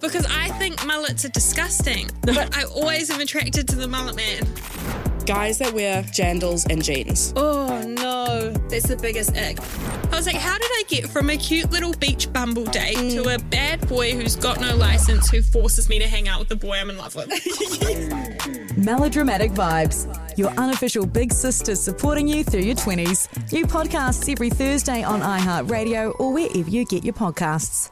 because I think mullets are disgusting, but I always am attracted to the mullet man. Guys that wear jandals and jeans. Oh no, that's the biggest ick. I was like, how did I get from a cute little beach bumble date to a bad boy who's got no license who forces me to hang out with the boy I'm in love with? Melodramatic Vibes, your unofficial big sister supporting you through your 20s. New podcasts every Thursday on iHeartRadio or wherever you get your podcasts.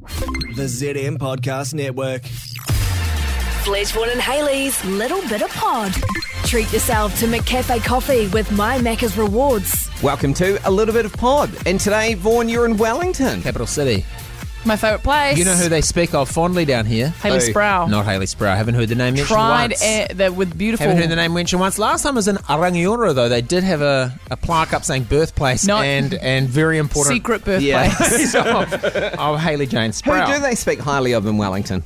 The ZM Podcast Network. Fledgeborn and Haley's Little Bit of Pod. Treat yourself to McCafe coffee with My Macca's Rewards. Welcome to A Little Bit of Pod. And today, Vaughan, you're in Wellington. Capital City. My favourite place. You know who they speak of fondly down here? Haley Who? Sproul. Not Haley Sproul. Haven't heard the name mentioned Tried once. at the, with beautiful. Haven't heard the name mentioned once. Last time was in Arangiora, though. They did have a, a plaque up saying birthplace No. and and very important Secret birthplace. of, of Haley Jane Who Sproul. do they speak highly of in Wellington?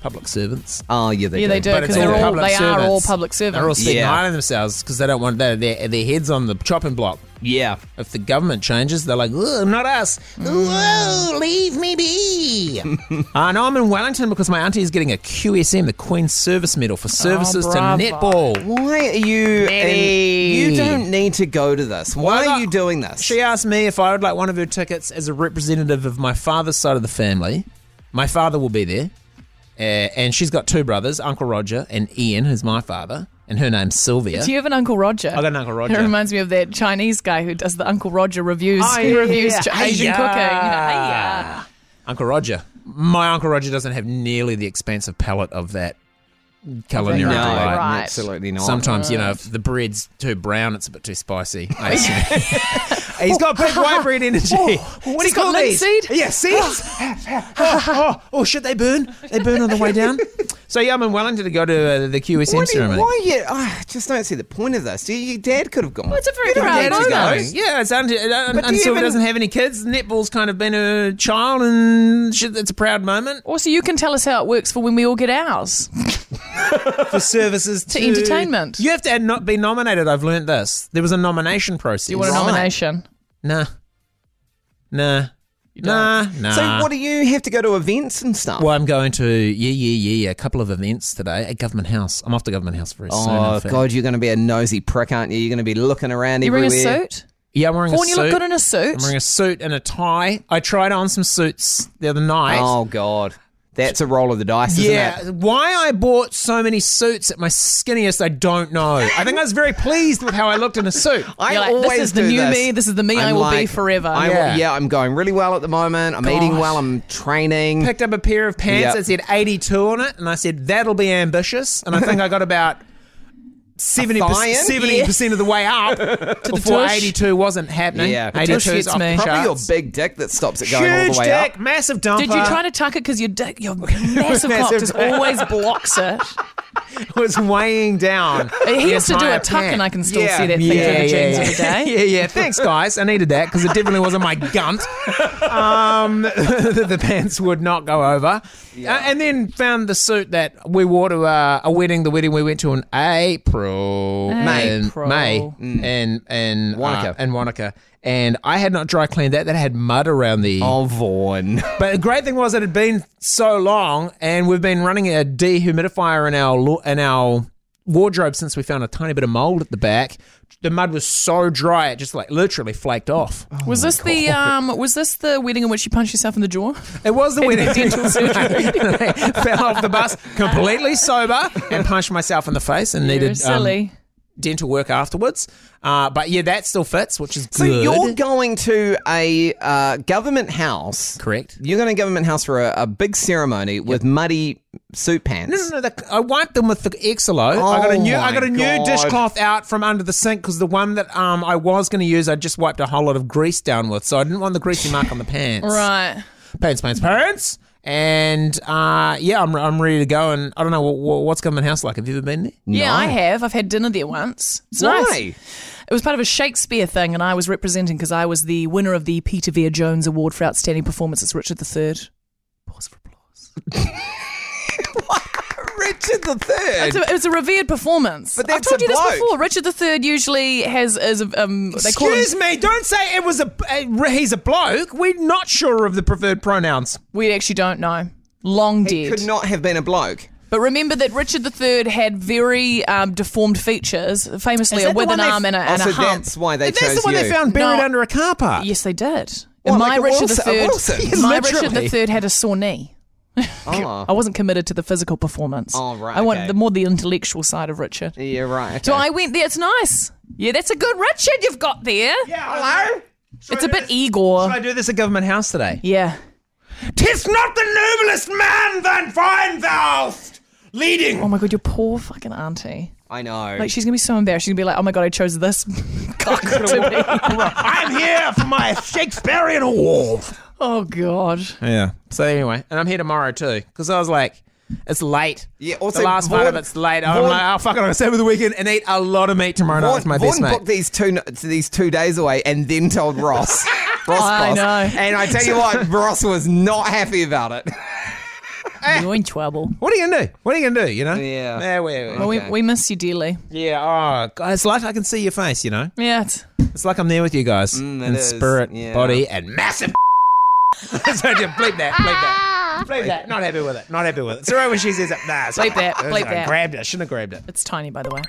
Public servants. Oh, yeah, they Yeah, do. they do But because it's they're all all public they are all servants. public servants. They're all speaking Yeah. highly of themselves because they don't want their, their their heads on the chopping block. Yeah. If the government changes, they're like, "Ugh, not us. Mm. Whoa, leave me be. uh, no, I'm in Wellington because my auntie is getting a QSM, the Queen's Service Medal, for services to Oh, bravo. netball. Why are you. Nettie. in- you don't need to go to this. Why Well, are I- you doing this? She asked me if I would like one of her tickets as a representative of my father's side of the family. My father will be there. Uh, and she's got two brothers, Uncle Roger and Ian, who's my father, and her name's Sylvia. Do you have an Uncle Roger? I got an Uncle Roger. It reminds me of that Chinese guy who does the Uncle Roger reviews. he Oh, reviews Ch- Hiya. Asian cooking. You know, hiya. Uncle Roger. My Uncle Roger doesn't have nearly the expansive palate of that culinary no, delight. Right. absolutely not. Sometimes, you know, if the bread's too brown, it's a bit too spicy. I assume. He's got big white bread energy. what do Has you he got call these? linseed? Yeah, seeds. oh, oh, oh, should they burn? They burn on the way down. So, yeah, I'm in Wellington to go to uh, the QSM What do you- ceremony. why you? I just don't see the point of this. Your, your dad could have gone. Well, it's a very Your proud dad Dad's moment. goes. going. Yeah, it's under, uh, But do and you Sylvia even- doesn't have any kids. Netball's kind of been a child, and shit, it's a proud moment. Also, you can tell us how it works for when we all get ours. for services to, entertainment. You have to not be nominated. I've learnt this. There was a nomination process. You want a Right. nomination? Nah, nah, nah, nah. So what do you have to go to events and stuff? Well, I'm going to yeah, yeah, yeah, yeah. A couple of events today at Government House. I'm off to Government House very soon. Oh I think. God, you're going to be a nosy prick, aren't you? You're going to be looking around You everywhere. wearing a suit? Yeah, I'm wearing Vaughan, a you suit. look good in a suit. I'm wearing a suit and a tie. I tried on some suits the other night. Oh God, that's a roll of the dice, Yeah, isn't it? why I bought so many suits at my skinniest, I don't know. I think I was very pleased with how I looked in a suit. I You're like, this always is the do new this. me, this is the me I I'm will be like, forever. I will- yeah. Yeah. I'm going really well at the moment. I'm eating well. I'm training. picked up a pair of pants Yeah. that said 82 on it, and I said, that'll be ambitious. And I think I got about 70 thigh in? 70% of the way up to before tush. 82 wasn't happening. Yeah. The 82 tush is gets off me. the Probably your charts. big dick that stops it Huge going all the way dick, up. massive dumper. Did you try to tuck it because your dick, your massive cock Massive just dick. always blocks it? was weighing down. He the used to do entire a tuck, pant. and I can still see that thing through the jeans of the day. yeah, yeah. Thanks, guys. I needed that because it definitely wasn't my gunt. Um, the, pants would not go over. Uh, and then found the suit that we wore to uh, a wedding, the wedding we went to in April. In April. May. And, and, Mm. Wanaka. Uh, and Wanaka. And I had not dry cleaned that. That had mud around the. Oh, Vaughn. But the great thing was it had been so long, and we've been running a dehumidifier in our lo- in our wardrobe since we found a tiny bit of mold at the back. The mud was so dry, it just like literally flaked off. Was this the um? Was this the wedding in which you punched yourself in the jaw? It was the wedding. Dental surgery. fell off the bus completely sober and punched myself in the face, and You're needed um, silly. dental work afterwards. Uh, but yeah, that still fits, which is So good. you're going to a uh, government house. Correct. You're going to government house for a, a big ceremony with muddy suit pants. No, no, no. The, I wiped them with the Exolo. I got a Oh new, I my got a new God. dishcloth out from under the sink because the one that um I was going to use, I just wiped a whole lot of grease down with, so I didn't want the greasy mark on the pants. Right. Pants, pants, pants. And uh, yeah, I'm, I'm ready to go. And I don't know what, what's Government House like. Have you ever been there? Yeah, I have. I've had dinner there once. It's nice. Why? It was part of a Shakespeare thing, and I was representing because I was the winner of the Peter Vere Jones Award for Outstanding Performance as Richard III. Pause for applause. Richard the It's a, Third. it's a revered performance. But I've that's told a you bloke. this before. Richard III usually has is a, um. They call him, Excuse me, don't say it was a. Uh, he's a bloke. We're not sure of the preferred pronouns. we actually don't know. Long dead. Could not have been a bloke. But remember that Richard III had very um, deformed features, famously a that the withered one they- arm and a, and oh, so a hump. that's why they That's chose the one you. they found buried No. under a car park. Yes, they did. What, And like my a Richard Wilson- a III, Wilson? my Literally. Richard III had a sore knee. Oh. I wasn't committed to the physical performance. Oh, right, I want okay. the more the intellectual side of Richard. Yeah, right. So I went there. It's nice. Yeah, that's a good Richard you've got there. Hello. it's a bit Igor. Should I do this at Government House today? yeah. Tis not the noblest man than find thou'st leading. Oh my god, your poor fucking auntie. I know. Like she's gonna be so embarrassed. She's gonna be like, "Oh my god, I chose this cock to be." I'm here for my Shakespearean award. oh god. Yeah. So anyway, and I'm here tomorrow too, because I was like, it's late. Yeah, also the last part of Vaughan- it's late. I'm Vaughan- like, oh fuck it, I'm gonna stay over the weekend and eat a lot of meat tomorrow night. Vaughn, It's my best Vaughn mate. booked these two n- these two days away and then told Ross. Ross I boss. know. And I tell you what, Ross was not happy about it. Eh. You're in trouble. What are you gonna do? What are you gonna do? You know? Yeah. Yeah. we- we- Well, Okay. we, we miss you dearly. yeah. Oh, God, it's like I can see your face. You know, Yeah. It's, it's like I'm there with you guys Mm, it in is. spirit, Yeah. body, and massive. so just bleep that. Bleep that. Bleep that. Not happy with it. Not happy with it. It's all right when she says it. Nah. it's all Ah. Bleep that, right. bleep I that. Grabbed it. I shouldn't have grabbed it. it's tiny, by the way.